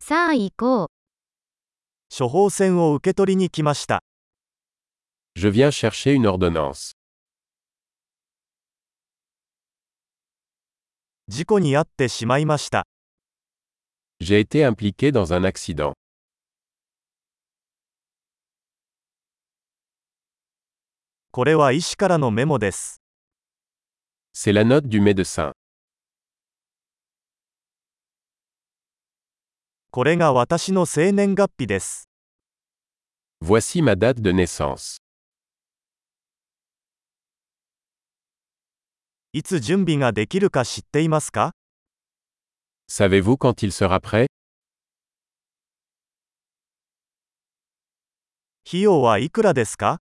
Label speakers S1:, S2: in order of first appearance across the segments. S1: さあ行こう。
S2: 処方箋を受け取りに来ました。
S3: Je viens chercher une ordonnance.
S2: 事故に遭ってしまいました。
S3: J'ai été impliqué dans un accident.
S2: これは医師からのメモです。
S3: C'est la note du médecin.
S2: これが私の生年月日です。
S3: Voici ma date de naissance.
S2: いつ準備ができるか知っていますか
S3: Savez-vous quand il sera prêt
S2: 費用はいくらですか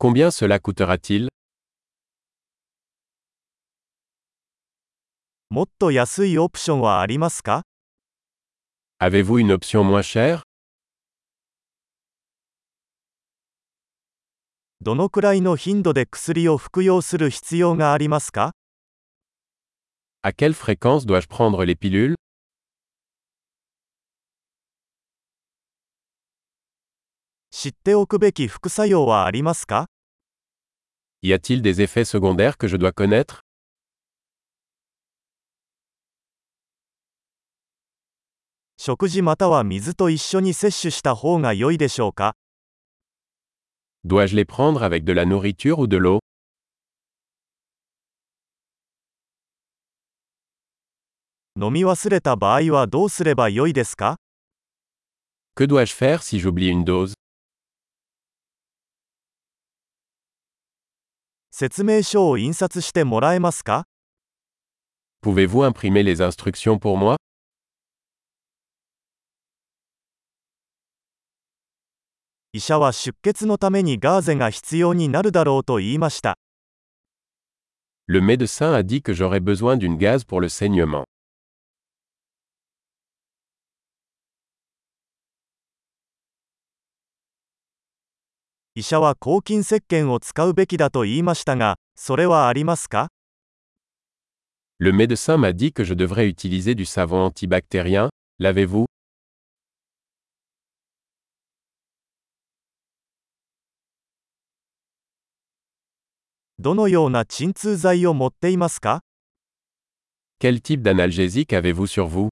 S3: Combien cela coûtera-t-il
S2: もっと安いオプションはありますか
S3: Avez-vous une option moins chère
S2: どのくらいの頻度で薬を服用する必要がありますか
S3: À quelle fréquence dois-je prendre les pilules
S2: 知っておくべき副作用はありますか
S3: Y a-t-il des effets secondaires que je dois connaître
S2: 食事または水と一緒に摂取した方が良いでしょうか
S3: Dois-je les prendre avec de la nourriture ou de l'eau
S2: 飲み忘れた場合はどうすれば良いですか
S3: Que dois-je faire si j'oublie une dose
S2: 説明書を印刷してもらえますか
S3: Pouvez-vous imprimer les instructions pour moi
S2: 医者は出血のためにガーゼが必要になるだろうと言いました。
S3: Le médecin a dit que j'aurais besoin d'une gaz pour le saignement.
S2: 医者は抗菌石鹸を使うべきだと言いましたが、それはありますか
S3: Le médecin m'a dit que je devrais utiliser du savon antibactérien. L'avez-vous
S2: どのような鎮痛剤を持っていますか
S3: Quel type d'analgésique avez-vous sur vous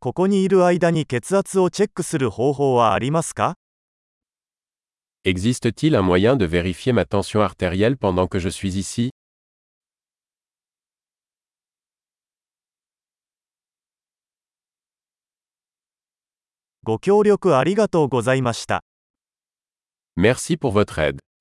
S2: ここにいる間に血圧をチェックする方法はありますか
S3: Existe-t-il un moyen de vérifier ma tension artérielle pendant que je suis ici
S2: ご協力ありがとうございました。
S3: Merci pour votre aide.